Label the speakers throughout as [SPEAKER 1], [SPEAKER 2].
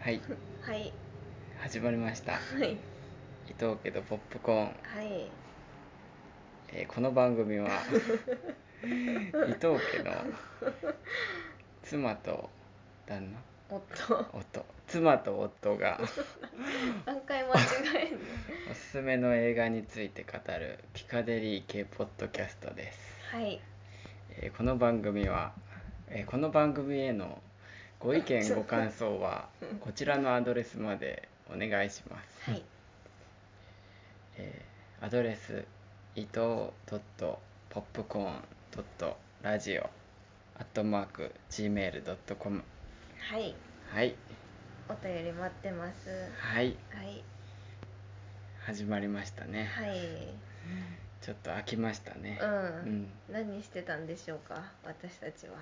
[SPEAKER 1] はい
[SPEAKER 2] はい
[SPEAKER 1] 始まりました
[SPEAKER 2] はい
[SPEAKER 1] 伊藤家とポップコーン、
[SPEAKER 2] はい
[SPEAKER 1] えーこの番組は伊藤家の妻と旦
[SPEAKER 2] おっと
[SPEAKER 1] 那夫妻と夫が
[SPEAKER 2] 何回間違えんの
[SPEAKER 1] おすすめの映画について語るピカデリー系ポッドキャストです、
[SPEAKER 2] はい
[SPEAKER 1] えーこの番組は、えーこの番組へのご意見ご感想はこちらのアドレスまでお願いします
[SPEAKER 2] はい
[SPEAKER 1] えーアドレス伊藤ドットポップコーンドットラジオアットマーク gmail.com
[SPEAKER 2] はい
[SPEAKER 1] はい
[SPEAKER 2] お便り待ってます
[SPEAKER 1] はい
[SPEAKER 2] はい
[SPEAKER 1] 始まりましたね
[SPEAKER 2] はい
[SPEAKER 1] ちょっと飽きましたね
[SPEAKER 2] うん、
[SPEAKER 1] うん
[SPEAKER 2] 何してたんでしょうか私たちは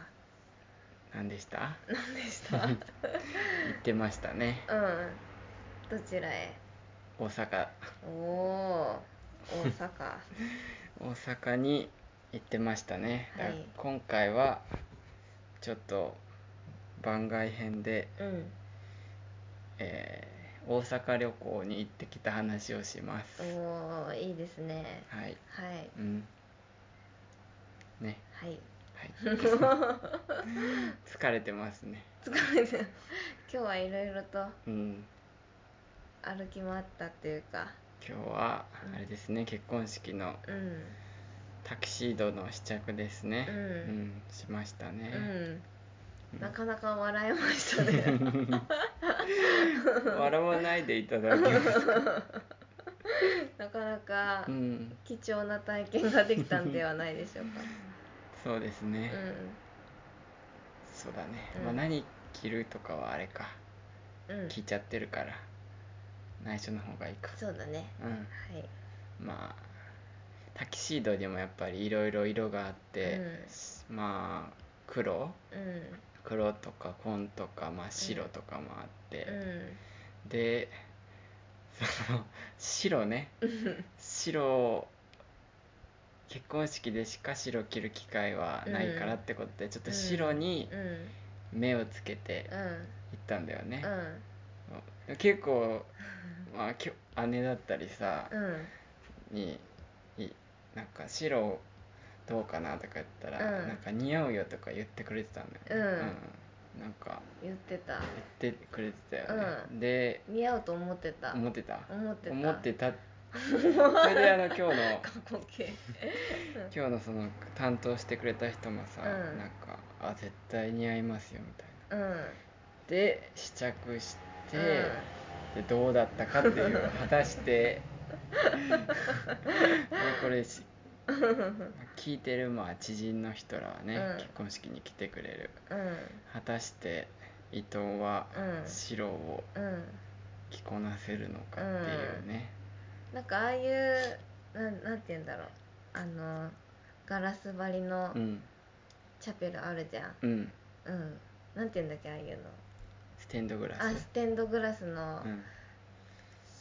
[SPEAKER 1] 何でした
[SPEAKER 2] 何でした うん
[SPEAKER 1] 行ってましたね
[SPEAKER 2] どちらへ
[SPEAKER 1] 大阪
[SPEAKER 2] おおー 大阪
[SPEAKER 1] 大阪に行ってましたね、だから
[SPEAKER 2] はい
[SPEAKER 1] 今回はちょっと番外編で、
[SPEAKER 2] うん
[SPEAKER 1] えー大阪旅行に行ってきた話をします
[SPEAKER 2] おおいいですね
[SPEAKER 1] はい
[SPEAKER 2] はい
[SPEAKER 1] うん。ね、
[SPEAKER 2] はい
[SPEAKER 1] はい。疲れてますね。
[SPEAKER 2] 疲れてる今日はいろいろと
[SPEAKER 1] うん。
[SPEAKER 2] 歩き回ったっていうか
[SPEAKER 1] 今日はあれですね、結婚式の
[SPEAKER 2] うん
[SPEAKER 1] タキシードの試着ですね。
[SPEAKER 2] うん
[SPEAKER 1] うんしました
[SPEAKER 2] う
[SPEAKER 1] ね。
[SPEAKER 2] ん
[SPEAKER 1] うん
[SPEAKER 2] なかなか笑えまし たね。
[SPEAKER 1] 笑わないでいただきま した。
[SPEAKER 2] なかなか
[SPEAKER 1] うん。
[SPEAKER 2] 貴重な体験ができたんではないでしょうか。
[SPEAKER 1] そうです
[SPEAKER 2] う
[SPEAKER 1] ね。
[SPEAKER 2] ん
[SPEAKER 1] そうだね。
[SPEAKER 2] うん
[SPEAKER 1] まあ何着るとかはあれか、
[SPEAKER 2] うん、
[SPEAKER 1] 聞いちゃってるから、内緒の方がいいか。
[SPEAKER 2] そうだね。
[SPEAKER 1] うん。
[SPEAKER 2] はい。
[SPEAKER 1] まあタキシードにもやっぱりいろいろ色があって、まあ黒
[SPEAKER 2] うん
[SPEAKER 1] 黒とか紺とか、まあ、白とかもあって、
[SPEAKER 2] うん
[SPEAKER 1] でその白ね白を結婚式でしか白着る機会はないからってことで、ちょっと白に
[SPEAKER 2] うんうん
[SPEAKER 1] 目をつけて行ったんだよね
[SPEAKER 2] う、
[SPEAKER 1] 結構、まあ、きょ姉だったりさ、
[SPEAKER 2] んうん
[SPEAKER 1] にいなんか白どうかなとか言ったら、
[SPEAKER 2] うん
[SPEAKER 1] なんか似合うよとか言ってくれてたんだよね、うんなんか
[SPEAKER 2] 言ってた。
[SPEAKER 1] 言ってくれてたよね、
[SPEAKER 2] う
[SPEAKER 1] で
[SPEAKER 2] 似合うと思ってた。
[SPEAKER 1] 思ってた
[SPEAKER 2] 思ってた。
[SPEAKER 1] 思ってたそれであの今日の
[SPEAKER 2] 過去 形。
[SPEAKER 1] 今日のその担当してくれた人もさ、
[SPEAKER 2] うん
[SPEAKER 1] なんかあ絶対似合いますよみたいな
[SPEAKER 2] うん。
[SPEAKER 1] で試着して、
[SPEAKER 2] う
[SPEAKER 1] で
[SPEAKER 2] ん
[SPEAKER 1] どうだったかっていう果たしてもうこれし聞いてるまあ知人の人らはね、
[SPEAKER 2] うん
[SPEAKER 1] 結婚式に来てくれる
[SPEAKER 2] うん
[SPEAKER 1] 果たして伊藤は
[SPEAKER 2] うん
[SPEAKER 1] 白を
[SPEAKER 2] うん。
[SPEAKER 1] 着こなせるのかっていうね、
[SPEAKER 2] なんかああいうなんなんて言うんだろうあのガラス張りの
[SPEAKER 1] うん
[SPEAKER 2] チャペルあるじゃん。
[SPEAKER 1] うん
[SPEAKER 2] うん、なんていうんだっけああいうの
[SPEAKER 1] ステンドグラ
[SPEAKER 2] あ
[SPEAKER 1] ス
[SPEAKER 2] ステンドグラスの
[SPEAKER 1] うん、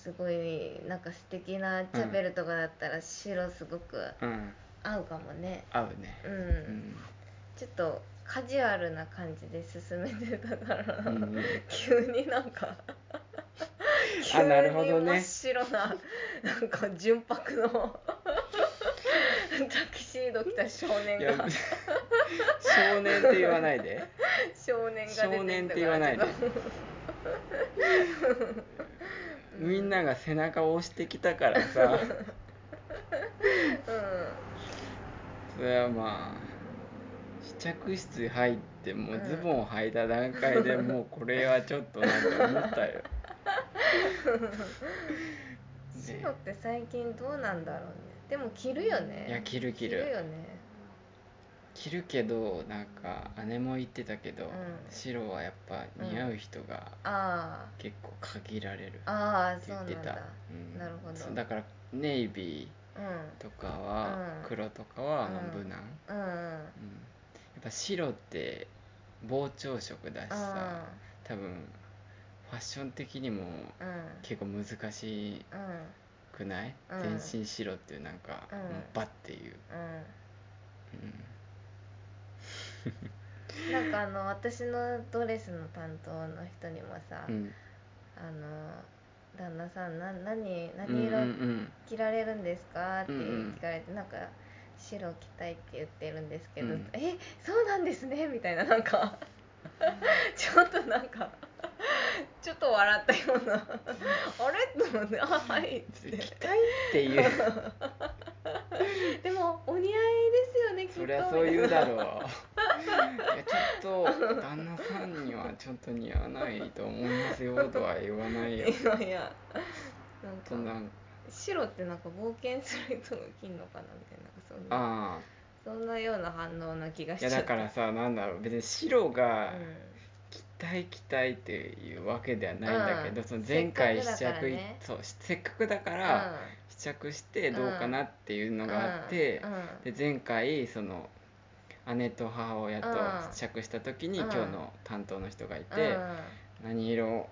[SPEAKER 2] すごいなんか素敵なチャペルとかだったら白すごく
[SPEAKER 1] うん、
[SPEAKER 2] 合うかもね
[SPEAKER 1] 合うね
[SPEAKER 2] うん、
[SPEAKER 1] うん、
[SPEAKER 2] ちょっとカジュアルな感じで進めてたから、
[SPEAKER 1] うん
[SPEAKER 2] 急になんか
[SPEAKER 1] あなるほ
[SPEAKER 2] 急
[SPEAKER 1] ど
[SPEAKER 2] に真
[SPEAKER 1] ね
[SPEAKER 2] っ白ななんか純白のタキシード着た少年
[SPEAKER 1] いや
[SPEAKER 2] が
[SPEAKER 1] 少年って言わないで
[SPEAKER 2] 少年が出てきたから
[SPEAKER 1] 少年って言わないで
[SPEAKER 2] ちょっとうん
[SPEAKER 1] みんなが背中を押してきたからさ
[SPEAKER 2] うん
[SPEAKER 1] それはまあ試着室入ってもう
[SPEAKER 2] うん
[SPEAKER 1] ズボンを履いた段階 でもうこれはちょっとなんか思ったよね
[SPEAKER 2] 白って最近どうなんだろうねでも着るよね
[SPEAKER 1] いや着る着る
[SPEAKER 2] よね
[SPEAKER 1] 着るけどなんか姉も言ってたけど、
[SPEAKER 2] ん
[SPEAKER 1] 白はやっぱ似合う人が
[SPEAKER 2] あ
[SPEAKER 1] 結構限られる
[SPEAKER 2] あああ
[SPEAKER 1] って
[SPEAKER 2] そ
[SPEAKER 1] 言っ
[SPEAKER 2] うなん
[SPEAKER 1] て
[SPEAKER 2] だ
[SPEAKER 1] た、うん
[SPEAKER 2] なるほど
[SPEAKER 1] そうだからネイビ
[SPEAKER 2] うん
[SPEAKER 1] ーとかは、
[SPEAKER 2] うん
[SPEAKER 1] 黒とかはまあ
[SPEAKER 2] うん
[SPEAKER 1] 無難、うん
[SPEAKER 2] うんうん
[SPEAKER 1] やっぱ白って膨張色だしさ
[SPEAKER 2] あ
[SPEAKER 1] 多分ファッション的にも
[SPEAKER 2] あうん
[SPEAKER 1] 結構難し
[SPEAKER 2] うん
[SPEAKER 1] くない、
[SPEAKER 2] うん
[SPEAKER 1] 全身白っていうなんか、
[SPEAKER 2] うん
[SPEAKER 1] もうバッていう、
[SPEAKER 2] うんなんかあの私のドレスの担当の人にもさ、
[SPEAKER 1] うんうん
[SPEAKER 2] あの旦那さんな何
[SPEAKER 1] うんうん
[SPEAKER 2] 何
[SPEAKER 1] う
[SPEAKER 2] 色
[SPEAKER 1] ん
[SPEAKER 2] 着られるんですか?」って
[SPEAKER 1] うんうん
[SPEAKER 2] 聞かれて、なんか「白着たい」って言ってるんですけど「
[SPEAKER 1] うん
[SPEAKER 2] えそうなんですね」みたいななんか ちょっとなんかちょっと笑ったような「あれ?」と思って「あはい」っつっ
[SPEAKER 1] 行
[SPEAKER 2] て
[SPEAKER 1] きたいって いう
[SPEAKER 2] 「でもお似合いですよねきっと」
[SPEAKER 1] そりゃそう言うだろういやちょっと旦那さんにはちょっと似合わないと思いますよとは言わないよ
[SPEAKER 2] みたいないやいや
[SPEAKER 1] そ
[SPEAKER 2] なん
[SPEAKER 1] ん
[SPEAKER 2] か
[SPEAKER 1] な
[SPEAKER 2] 白ってなんか冒険する人が着んのかなみたいななんかそんな
[SPEAKER 1] あ
[SPEAKER 2] そんなような反応な気が
[SPEAKER 1] あ
[SPEAKER 2] し
[SPEAKER 1] い
[SPEAKER 2] ちゃ
[SPEAKER 1] や
[SPEAKER 2] った
[SPEAKER 1] だからさなんだろう別に白が
[SPEAKER 2] うん
[SPEAKER 1] 期待期待っていうわけではないんだけど、
[SPEAKER 2] うん
[SPEAKER 1] その前回
[SPEAKER 2] せっ
[SPEAKER 1] 試着
[SPEAKER 2] かくだから
[SPEAKER 1] い、
[SPEAKER 2] ね
[SPEAKER 1] そうせっかくだから試着してどうかなっていうのがあって、
[SPEAKER 2] うんうん
[SPEAKER 1] で前回その姉と母親と
[SPEAKER 2] うん
[SPEAKER 1] 試着した時に
[SPEAKER 2] うん
[SPEAKER 1] 今日の担当の人がいて、
[SPEAKER 2] うん
[SPEAKER 1] 何色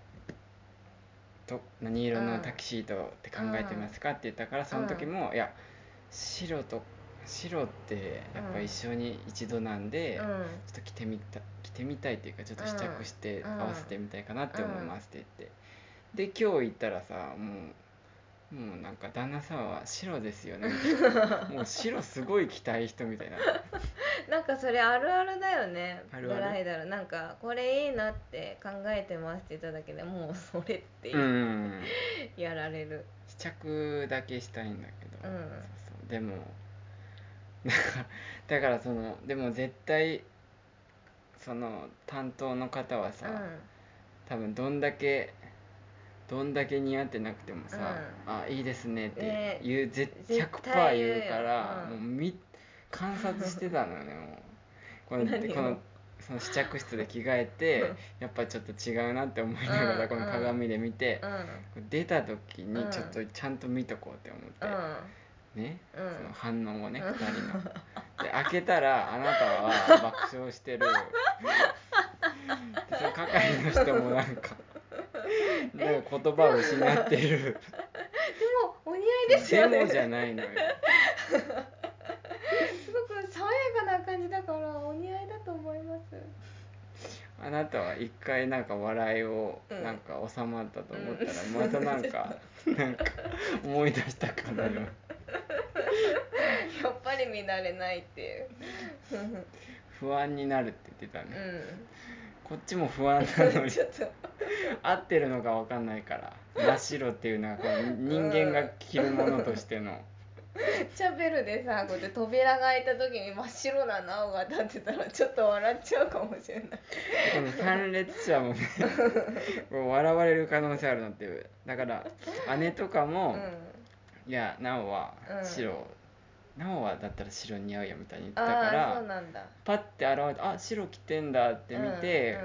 [SPEAKER 1] と何色
[SPEAKER 2] う
[SPEAKER 1] の
[SPEAKER 2] ん
[SPEAKER 1] タキシードって考えてますかって言ったからその時も、いや白と白ってやっぱ一生に一度なんで、ち
[SPEAKER 2] う
[SPEAKER 1] ょっ
[SPEAKER 2] ん
[SPEAKER 1] と着てみた着てみたいっていうかちょっと試着して
[SPEAKER 2] うん
[SPEAKER 1] 合わせてみたいかなって思いますって言って、で今日行ったらさもうもうなんか旦那さんは白ですよね みたいなもう白すごい着たい人みたいな
[SPEAKER 2] なんかそれあるあるだよね
[SPEAKER 1] あるある
[SPEAKER 2] ブライダルなんかこれいいなって考えてますって言っただけでもうそれって
[SPEAKER 1] うん
[SPEAKER 2] やられる
[SPEAKER 1] 試着だけしたいんだけど、
[SPEAKER 2] うん
[SPEAKER 1] そうそうでもだからだからそのでも絶対その担当の方はさ、多分どんだけどんだけ似合ってなくてもさ「あいいですね」って
[SPEAKER 2] ね
[SPEAKER 1] 言う、ぜ
[SPEAKER 2] 絶
[SPEAKER 1] 100%
[SPEAKER 2] 対言うよ
[SPEAKER 1] 言うから、
[SPEAKER 2] うん
[SPEAKER 1] もうみ観察してたのよねもうこの
[SPEAKER 2] 何を
[SPEAKER 1] このその試着室で着替えて
[SPEAKER 2] うん
[SPEAKER 1] やっぱちょっと違うなって思いながら、
[SPEAKER 2] うん
[SPEAKER 1] この鏡で見て
[SPEAKER 2] う、ん
[SPEAKER 1] 出た時
[SPEAKER 2] う
[SPEAKER 1] に
[SPEAKER 2] ん
[SPEAKER 1] ちょっとちゃんと見とこうって思って、ね、
[SPEAKER 2] うんうん
[SPEAKER 1] その反応をね、二人の。で開けたらあなたは爆笑して るでその係の人もなんかなんか言葉を失ってる
[SPEAKER 2] でもお似合いですよ
[SPEAKER 1] で
[SPEAKER 2] ね
[SPEAKER 1] もじゃないのよ
[SPEAKER 2] すごく爽やかな感じだからお似合いだと思います
[SPEAKER 1] あなたは一回なんか笑いを
[SPEAKER 2] うん
[SPEAKER 1] なんか収まったと思ったらまたなんかなんか思い出したかのよ
[SPEAKER 2] やっぱり乱れないっていう
[SPEAKER 1] 不安になるって言ってた
[SPEAKER 2] う
[SPEAKER 1] ね
[SPEAKER 2] ん
[SPEAKER 1] こっちも不安なのに
[SPEAKER 2] ちょっと
[SPEAKER 1] 合ってるのかわかんないから真っ白っていうのはこの人間が着るものとしての
[SPEAKER 2] チャペルでさこうやって扉が開いた時に真っ白な青が立ってたらちょっと笑っちゃうかもしれない
[SPEAKER 1] この参列者も ねこう笑われる可能性あるのっていうだから姉とか
[SPEAKER 2] う
[SPEAKER 1] も
[SPEAKER 2] ん
[SPEAKER 1] 「いや奈緒は
[SPEAKER 2] うん
[SPEAKER 1] 白奈緒はだったら白似合うよ」みたいに言ったか
[SPEAKER 2] ああそう
[SPEAKER 1] ら
[SPEAKER 2] なんだ
[SPEAKER 1] パッて現れて「あ白着てんだ」って見て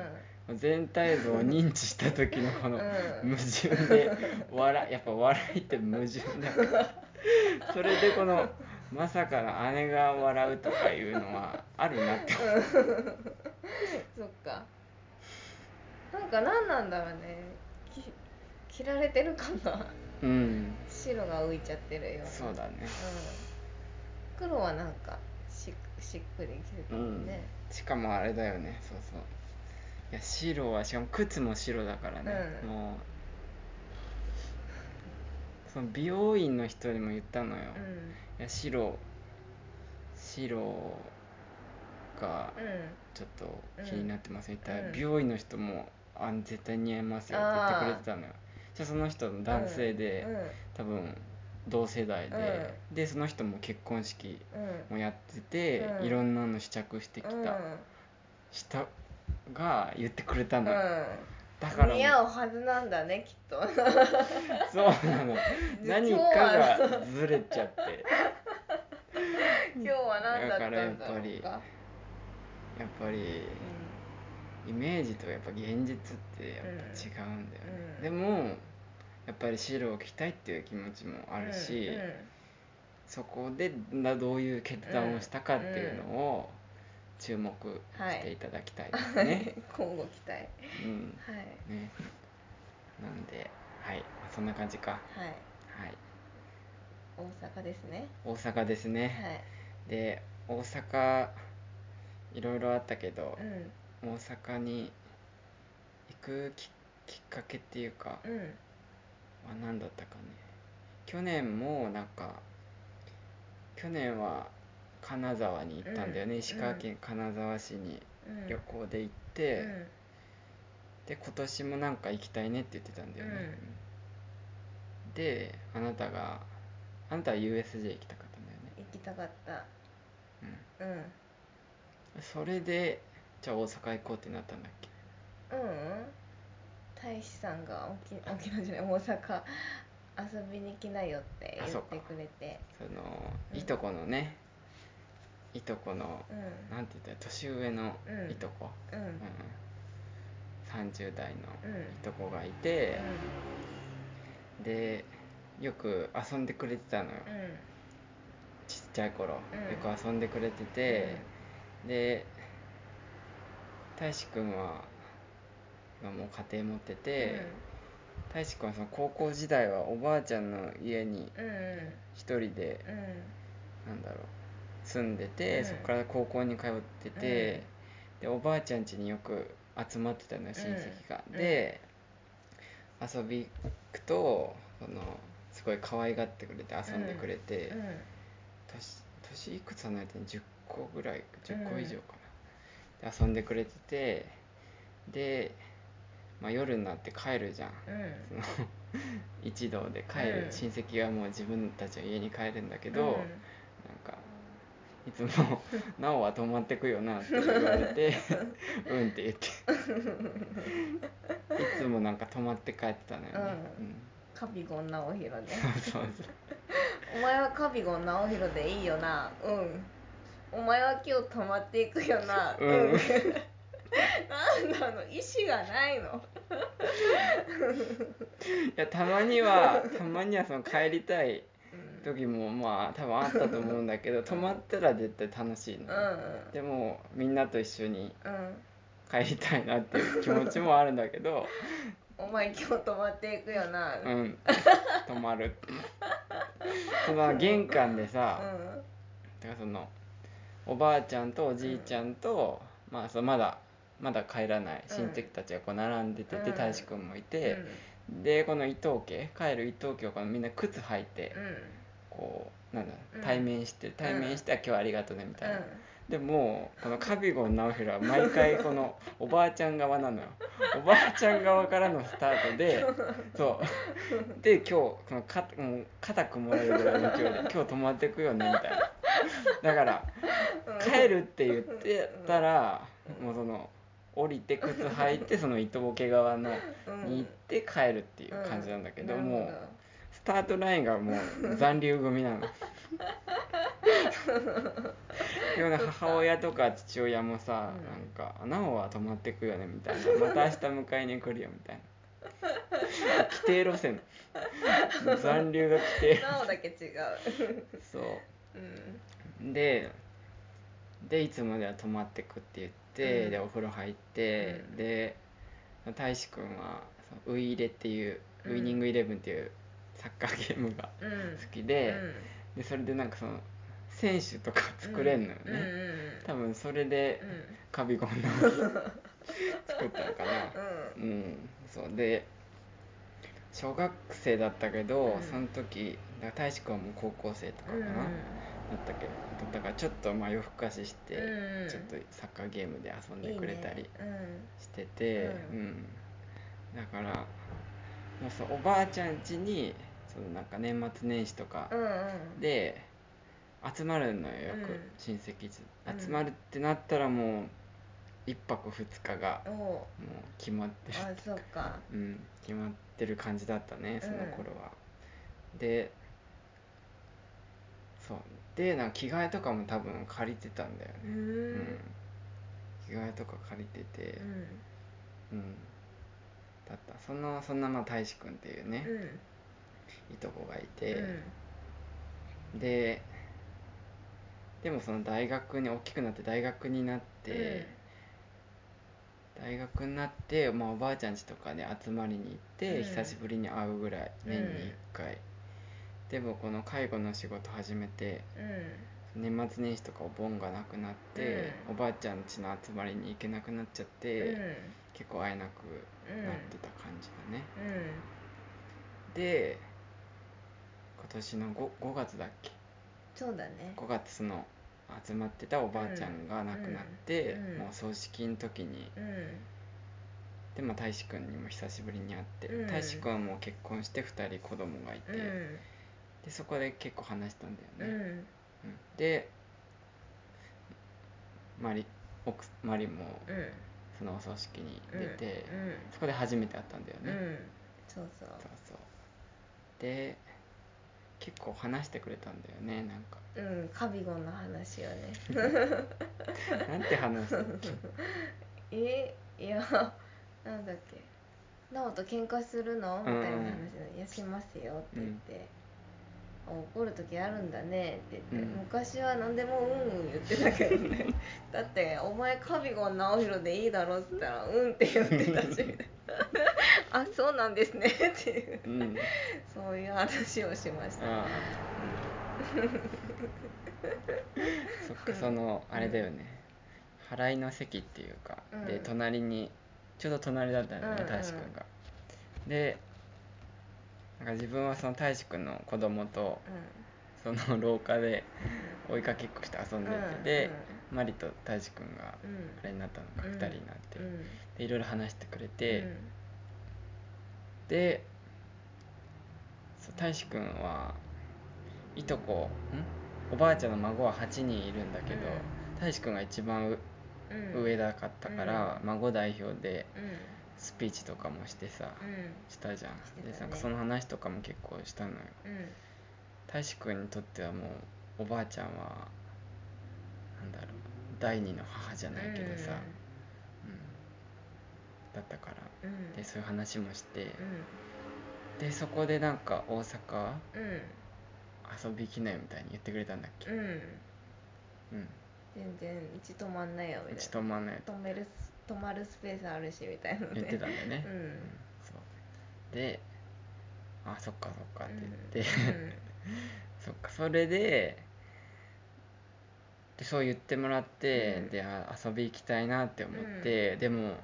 [SPEAKER 1] 全体像を認知した時のこ
[SPEAKER 2] うん
[SPEAKER 1] の
[SPEAKER 2] うんうん
[SPEAKER 1] 矛盾で笑い やっぱ笑いって矛盾だ からそれでこのまさかの姉が笑うとかいうのはあるなって
[SPEAKER 2] そっかなんか何なんだろうねき切られてる感 が
[SPEAKER 1] うん
[SPEAKER 2] 白が浮いちゃってるよ
[SPEAKER 1] そうだね
[SPEAKER 2] うん、黒はなんかししっくりきてたもんね、
[SPEAKER 1] しかもあれだよねそうそういや白はしかも靴も白だからね、
[SPEAKER 2] うん
[SPEAKER 1] もうその美容院の人にも言ったのよ、
[SPEAKER 2] う
[SPEAKER 1] い
[SPEAKER 2] ん
[SPEAKER 1] や白白が
[SPEAKER 2] う
[SPEAKER 1] ちょっと気になってますみたいな、
[SPEAKER 2] うん
[SPEAKER 1] 美容院の人も「あ絶対似合いますよ」って言ってくれてたのよじゃあその人の男性で、
[SPEAKER 2] んうん
[SPEAKER 1] 多分同世代で、でその人も結婚式
[SPEAKER 2] うん
[SPEAKER 1] もやってて、
[SPEAKER 2] うん
[SPEAKER 1] いろんなの試着してきた、
[SPEAKER 2] うん
[SPEAKER 1] 人が言ってくれたの、
[SPEAKER 2] う
[SPEAKER 1] だか
[SPEAKER 2] ん、
[SPEAKER 1] ら
[SPEAKER 2] 似合うはずなんだねきっ と
[SPEAKER 1] そうな の何かがずれちゃって
[SPEAKER 2] 今日は何だったんだろう
[SPEAKER 1] だ
[SPEAKER 2] か
[SPEAKER 1] からやっぱやっぱりイメージとやっぱ現実ってやっぱ違うんだよね、
[SPEAKER 2] うん
[SPEAKER 1] でもやっぱり白を着たいっていう気持ちもあるし、
[SPEAKER 2] うん
[SPEAKER 1] そこでなどういう決断をしたかっていうのを注目していただきたいです
[SPEAKER 2] うん
[SPEAKER 1] ね。
[SPEAKER 2] 今後期待はい
[SPEAKER 1] うん、ねなんで、はい、そんな感じか。
[SPEAKER 2] はい
[SPEAKER 1] はい、
[SPEAKER 2] 大阪ですね
[SPEAKER 1] 大阪です
[SPEAKER 2] は
[SPEAKER 1] ね。
[SPEAKER 2] い
[SPEAKER 1] で、大阪いろいろあったけど
[SPEAKER 2] う、ん
[SPEAKER 1] 大阪に行くきききっかけっていうか
[SPEAKER 2] うんうん
[SPEAKER 1] は何だったかね去年もなんか去年は金沢に行ったんだよね、
[SPEAKER 2] うん
[SPEAKER 1] 石川県金沢市に
[SPEAKER 2] うん
[SPEAKER 1] 旅行で行って、で今年もなんか行きたいねって言ってたんだよね、であなたがあなたは USJ 行きたかったんだよね、
[SPEAKER 2] 行きたかった
[SPEAKER 1] うん、
[SPEAKER 2] うんうん
[SPEAKER 1] それでじゃあ大阪行こうってなったんだっけ
[SPEAKER 2] うん大使さんが沖沖縄じゃない大阪遊びに来なよって
[SPEAKER 1] あ
[SPEAKER 2] 言
[SPEAKER 1] そ
[SPEAKER 2] っ
[SPEAKER 1] うか
[SPEAKER 2] てくれて
[SPEAKER 1] その
[SPEAKER 2] うん
[SPEAKER 1] いとこのねいとこの
[SPEAKER 2] うん
[SPEAKER 1] なんて言ったら年上の
[SPEAKER 2] うん
[SPEAKER 1] いとこ、
[SPEAKER 2] うんうん
[SPEAKER 1] うん30代
[SPEAKER 2] う
[SPEAKER 1] の
[SPEAKER 2] ん
[SPEAKER 1] いとこがいて、でよく遊んでくれてたのよ、
[SPEAKER 2] うん
[SPEAKER 1] ちっちゃい頃、
[SPEAKER 2] うん
[SPEAKER 1] よく遊んでくれてて、で大志くんは今もう家庭持ってて、大志くんはその高校時代はおばあちゃんの家に
[SPEAKER 2] うんうん
[SPEAKER 1] 一人で
[SPEAKER 2] うん
[SPEAKER 1] なんだろう住んでて、
[SPEAKER 2] うん
[SPEAKER 1] そこから高校に通ってて、でおばあちゃん家によく集まってたのよ親戚が、
[SPEAKER 2] うん
[SPEAKER 1] で遊び行くとそのすごい可愛がってくれて遊んでくれて、
[SPEAKER 2] うん
[SPEAKER 1] 年年いくつ離れてんの10個ぐらい10個以上かな、で遊んでくれててで、まあ、夜になって帰るじゃん
[SPEAKER 2] うん
[SPEAKER 1] その一同で帰る、
[SPEAKER 2] うん
[SPEAKER 1] 親戚がもう自分たちの家に帰るんだけど、
[SPEAKER 2] うん
[SPEAKER 1] なんかいつも「なおは泊まってくよな」って言われ て「うん」って言っていつもなんか泊まって帰ってたのよね、
[SPEAKER 2] うんカビゴン直弘ね
[SPEAKER 1] うんそうそう
[SPEAKER 2] お前はカビゴン直弘でいいよなうんお前は今日泊まっていくよな
[SPEAKER 1] うん
[SPEAKER 2] なんだあの意志がないの
[SPEAKER 1] いやたまにはたまにはその帰りたい
[SPEAKER 2] うん
[SPEAKER 1] 時もまあ多分あったと思うんだけど泊まったら絶対楽しいの
[SPEAKER 2] う
[SPEAKER 1] よ、
[SPEAKER 2] ん
[SPEAKER 1] でもみんなと一緒に
[SPEAKER 2] うん
[SPEAKER 1] 帰りたいなっていう気持ちもあるんだけど
[SPEAKER 2] お前今日泊まっていくよな
[SPEAKER 1] うん泊ま るその玄関でさ、
[SPEAKER 2] う
[SPEAKER 1] だからそのおばあちゃんとおじいちゃんと、まあ、そのまだまだ帰らない
[SPEAKER 2] うん
[SPEAKER 1] 親戚たちがこう並んでてて、
[SPEAKER 2] うん
[SPEAKER 1] 大志くんもい
[SPEAKER 2] ん
[SPEAKER 1] て、でこの伊藤家帰る伊藤家をこのみんな靴履いて、
[SPEAKER 2] う
[SPEAKER 1] こうなんだろう
[SPEAKER 2] うん
[SPEAKER 1] 対面して対面して、あ今日はありがとうねみたい
[SPEAKER 2] ん
[SPEAKER 1] な、でもこのカビゴン直弘は毎回こ のおばあちゃん側なのよおばあちゃん側からのスタート でそうで今日このかもう肩くもらえるぐらいの勢いで今日泊まってくよねみたいなだから帰るって言ってたらもうその降りて靴履いてその糸ボケ側の
[SPEAKER 2] うん
[SPEAKER 1] に行って帰るっていう感じなんだけど、
[SPEAKER 2] うん
[SPEAKER 1] もうスタートラインがもう残留組なの。でもね母親とか父親もさ、
[SPEAKER 2] うん
[SPEAKER 1] なんか「なおは泊まってくよね」みたいな「また明日迎えに来るよ」みたい な規定路線残留が規 定
[SPEAKER 2] なおだけ違う
[SPEAKER 1] そ
[SPEAKER 2] うん
[SPEAKER 1] うででいつもでは泊まってくって言って、
[SPEAKER 2] うん
[SPEAKER 1] でお風呂入って、
[SPEAKER 2] うん
[SPEAKER 1] で大志くんはそのウイイレっていう、
[SPEAKER 2] うん
[SPEAKER 1] ウイニングイレブンっていうサッカーゲームが
[SPEAKER 2] うん
[SPEAKER 1] 好きで,、でそれでなんかその選手とか作れんのよね、
[SPEAKER 2] うんうん
[SPEAKER 1] 多分それで
[SPEAKER 2] うんうん
[SPEAKER 1] カビゴンの 作ったのかな
[SPEAKER 2] う
[SPEAKER 1] うんそうで小学生だったけど、
[SPEAKER 2] うん
[SPEAKER 1] その時だから大志くんはもう高校生とかか
[SPEAKER 2] ん
[SPEAKER 1] な、だったけどだからちょっとまあ夜更かしして、
[SPEAKER 2] うん
[SPEAKER 1] ちょっとサッカーゲームで遊んでくれたり
[SPEAKER 2] いいね
[SPEAKER 1] してて
[SPEAKER 2] う
[SPEAKER 1] うん、だからもうそうおばあちゃん家にそのなんか年末年始とか
[SPEAKER 2] うんうんうん
[SPEAKER 1] で集まるのよよく、
[SPEAKER 2] うん
[SPEAKER 1] 親戚一
[SPEAKER 2] うん
[SPEAKER 1] 集まるってなったらもう1泊2日が
[SPEAKER 2] おお
[SPEAKER 1] もう決まってる、
[SPEAKER 2] あそっか
[SPEAKER 1] うん、決まってる感じだったねその頃は、でそうでなんか着替えとかも多分借りてたんだよね
[SPEAKER 2] う、
[SPEAKER 1] うん
[SPEAKER 2] ん
[SPEAKER 1] 着替えとか借りてて
[SPEAKER 2] う、ん
[SPEAKER 1] うんだったそのそんなまあ大志くんっていうね、
[SPEAKER 2] うん
[SPEAKER 1] いとこがいて、ででもその大学に大きくなって大学になって、大学になって、まあ、おばあちゃんちとかで集まりに行って、
[SPEAKER 2] うん
[SPEAKER 1] 久しぶりに会うぐらい年に1回、でもこの介護の仕事始めて
[SPEAKER 2] うん
[SPEAKER 1] 年末年始とかお盆がなくなって、
[SPEAKER 2] う
[SPEAKER 1] おばあちゃんちの集まりに行けなくなっちゃっ
[SPEAKER 2] うん
[SPEAKER 1] て、結構会えなく
[SPEAKER 2] う
[SPEAKER 1] なってた感じだね、で今年の 5, 5月だっけ
[SPEAKER 2] そうだね
[SPEAKER 1] 5月の集まってたおばあちゃんが亡くなって、
[SPEAKER 2] うんうん
[SPEAKER 1] もう葬式の時に
[SPEAKER 2] うん
[SPEAKER 1] でまあ大志くんにも久しぶりに会って、
[SPEAKER 2] うん
[SPEAKER 1] 大志くんはもう結婚して2人子供がいて、
[SPEAKER 2] うん
[SPEAKER 1] でそこで結構話したんだ
[SPEAKER 2] う
[SPEAKER 1] よね、
[SPEAKER 2] ん
[SPEAKER 1] うんでマリ奥マリも
[SPEAKER 2] うん
[SPEAKER 1] そのお葬式に出て、
[SPEAKER 2] うん
[SPEAKER 1] そこで初めて会ったんだよ
[SPEAKER 2] う
[SPEAKER 1] ね、
[SPEAKER 2] ん、うん、そうそう
[SPEAKER 1] そうそうで結構話してくれたんだよねなんか
[SPEAKER 2] うんカビゴンの話よね
[SPEAKER 1] なんて話 したっけ
[SPEAKER 2] えいやなんだっけ「直人喧嘩するの?」みたいな話
[SPEAKER 1] うん
[SPEAKER 2] でいやしますよ」って言って「あ怒る時あるんだね」って言って、
[SPEAKER 1] うん
[SPEAKER 2] 昔は何でも「うんうん」言ってたけど ねだって「お前カビゴン直弘でいいだろ」っつったら「うん」って言ってたし 「あそうなんですね」っていう
[SPEAKER 1] うん
[SPEAKER 2] そういう話をしました。
[SPEAKER 1] ああそっかそのあれだよね払いの席っていうか、
[SPEAKER 2] うん
[SPEAKER 1] で隣にちょうど隣だったんだよね
[SPEAKER 2] うん
[SPEAKER 1] 大志くんが。でなんか自分はその大志くんの子供と
[SPEAKER 2] う
[SPEAKER 1] その廊下で追いかけっこして遊んでて、で、
[SPEAKER 2] う
[SPEAKER 1] マリと大志くんが
[SPEAKER 2] んうん
[SPEAKER 1] あれになったのか
[SPEAKER 2] うん
[SPEAKER 1] 2人になって、
[SPEAKER 2] うん
[SPEAKER 1] でいろいろ話してくれて、
[SPEAKER 2] うん
[SPEAKER 1] でそう大志くんはいとこんおばあちゃんの孫は8人いるんだけど、大志くんが一番う
[SPEAKER 2] うん
[SPEAKER 1] 上だかったから、孫代表で
[SPEAKER 2] うん
[SPEAKER 1] スピーチとかもしてさ、
[SPEAKER 2] うん
[SPEAKER 1] したじゃん、
[SPEAKER 2] してたね
[SPEAKER 1] でなんかその話とかも結構したのよ
[SPEAKER 2] うん
[SPEAKER 1] 大志くんにとってはもうおばあちゃんはなんだろう第二の母じゃないけどさ、うんだったから
[SPEAKER 2] うんうん
[SPEAKER 1] でそういう話もして、でそこでなんか大阪
[SPEAKER 2] うんうん
[SPEAKER 1] 遊び行きなよみたいに言ってくれたんだっけ
[SPEAKER 2] うん
[SPEAKER 1] うん
[SPEAKER 2] 全然うち止まんないよみ
[SPEAKER 1] うち
[SPEAKER 2] たい
[SPEAKER 1] 止まんない
[SPEAKER 2] な止めるス止まるスペースあるしみたいなね
[SPEAKER 1] 言ってたんだよね
[SPEAKER 2] うん
[SPEAKER 1] うんそうであそっかそっかって言って、 そっかそれででそう言ってもらって、
[SPEAKER 2] うん
[SPEAKER 1] であ遊び行きたいなって思って、でもも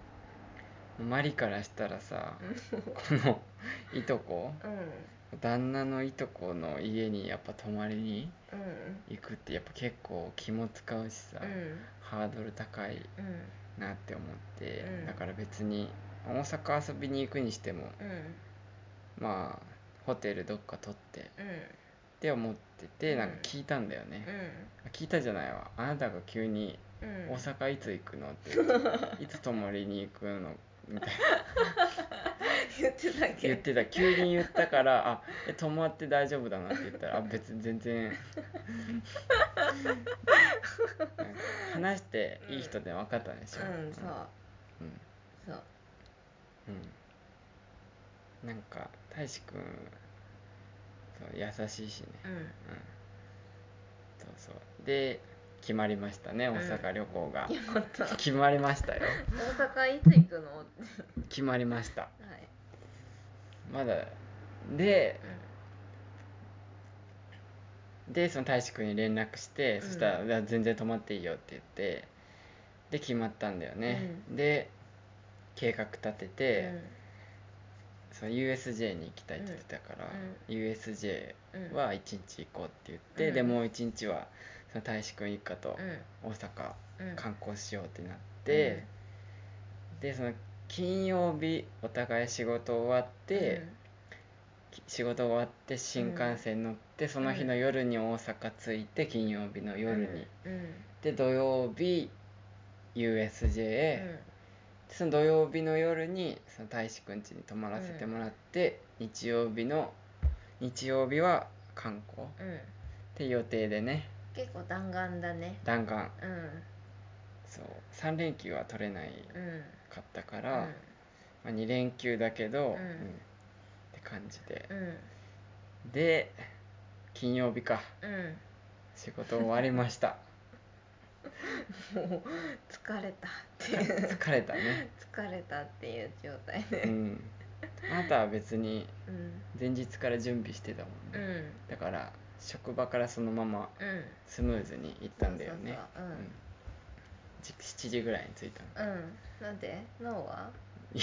[SPEAKER 1] うマリからしたらさ、このいとこ
[SPEAKER 2] うんうん
[SPEAKER 1] 旦那のいとこの家にやっぱ泊まりに
[SPEAKER 2] うん
[SPEAKER 1] 行くってやっぱ結構気も使うしさ、
[SPEAKER 2] うん
[SPEAKER 1] ハードル高い
[SPEAKER 2] うん
[SPEAKER 1] なって思って、
[SPEAKER 2] うん
[SPEAKER 1] だから別に大阪遊びに行くにしても
[SPEAKER 2] うん
[SPEAKER 1] まあホテルどっか取ってっ
[SPEAKER 2] うん
[SPEAKER 1] て思ってて
[SPEAKER 2] うん
[SPEAKER 1] なんか聞いたんだよね、聞いたじゃないわあなたが急に
[SPEAKER 2] うん
[SPEAKER 1] 「
[SPEAKER 2] うん
[SPEAKER 1] 大阪いつ行くの?」っ て「いつ泊まりに行くの?」みたいな
[SPEAKER 2] 言ってたっけ
[SPEAKER 1] 言ってた急に言ったから「あえ泊まって大丈夫だな」って言ったら「あ別に全 然なんか話していい人で分かったでしょ」
[SPEAKER 2] うんそう
[SPEAKER 1] うん
[SPEAKER 2] そう
[SPEAKER 1] うん、なんか大志くんそう優しいしね、
[SPEAKER 2] うん
[SPEAKER 1] うん、そうそうで決まりましたね
[SPEAKER 2] ん
[SPEAKER 1] 大阪旅行が、
[SPEAKER 2] よかった
[SPEAKER 1] 決まりましたよ
[SPEAKER 2] 大阪いつ行くのは
[SPEAKER 1] 決まりました
[SPEAKER 2] い
[SPEAKER 1] まだで
[SPEAKER 2] うん
[SPEAKER 1] でその大志くんに連絡して、
[SPEAKER 2] うん
[SPEAKER 1] そしたらいや「全然泊まっていいよ」って言ってで決まったんだよね、で計画立てて、その USJ に行きたいって言ってたから、
[SPEAKER 2] う
[SPEAKER 1] USJ
[SPEAKER 2] うんうん
[SPEAKER 1] は1日行こうって言って、
[SPEAKER 2] うん
[SPEAKER 1] でもう1日はその大志くん一家と
[SPEAKER 2] う
[SPEAKER 1] 大阪
[SPEAKER 2] んうん
[SPEAKER 1] 観光しようってなって、でその金曜日お互い仕事終わって、き仕事終わって新幹線乗って、その日の夜に大阪着いて金曜日の
[SPEAKER 2] うん
[SPEAKER 1] 夜に、
[SPEAKER 2] うんうん
[SPEAKER 1] で土曜日 USJ へ、その土曜日の夜にその大志くん家に泊まらせてもらって、日曜日の日曜日は観光っ
[SPEAKER 2] うんうん
[SPEAKER 1] て予定でね
[SPEAKER 2] 結構弾丸だね
[SPEAKER 1] 弾丸
[SPEAKER 2] うん
[SPEAKER 1] そう3連休は取れない
[SPEAKER 2] うん
[SPEAKER 1] かったから、まあ、2連休だけど、
[SPEAKER 2] うん
[SPEAKER 1] って感じで
[SPEAKER 2] うんうん
[SPEAKER 1] で金曜日か
[SPEAKER 2] うん
[SPEAKER 1] 仕事終わりました
[SPEAKER 2] もう疲れたっていう
[SPEAKER 1] 疲れたね
[SPEAKER 2] 疲れたっていう状態で
[SPEAKER 1] うんあなたは別に
[SPEAKER 2] うん
[SPEAKER 1] 前日から準備してたもん
[SPEAKER 2] う
[SPEAKER 1] ね、
[SPEAKER 2] ん
[SPEAKER 1] だから職場からそのまま
[SPEAKER 2] うん
[SPEAKER 1] スムーズに行ったんだよね
[SPEAKER 2] そうそうそううん
[SPEAKER 1] じ7時ぐらいに着いたの
[SPEAKER 2] うんなんでなおは
[SPEAKER 1] や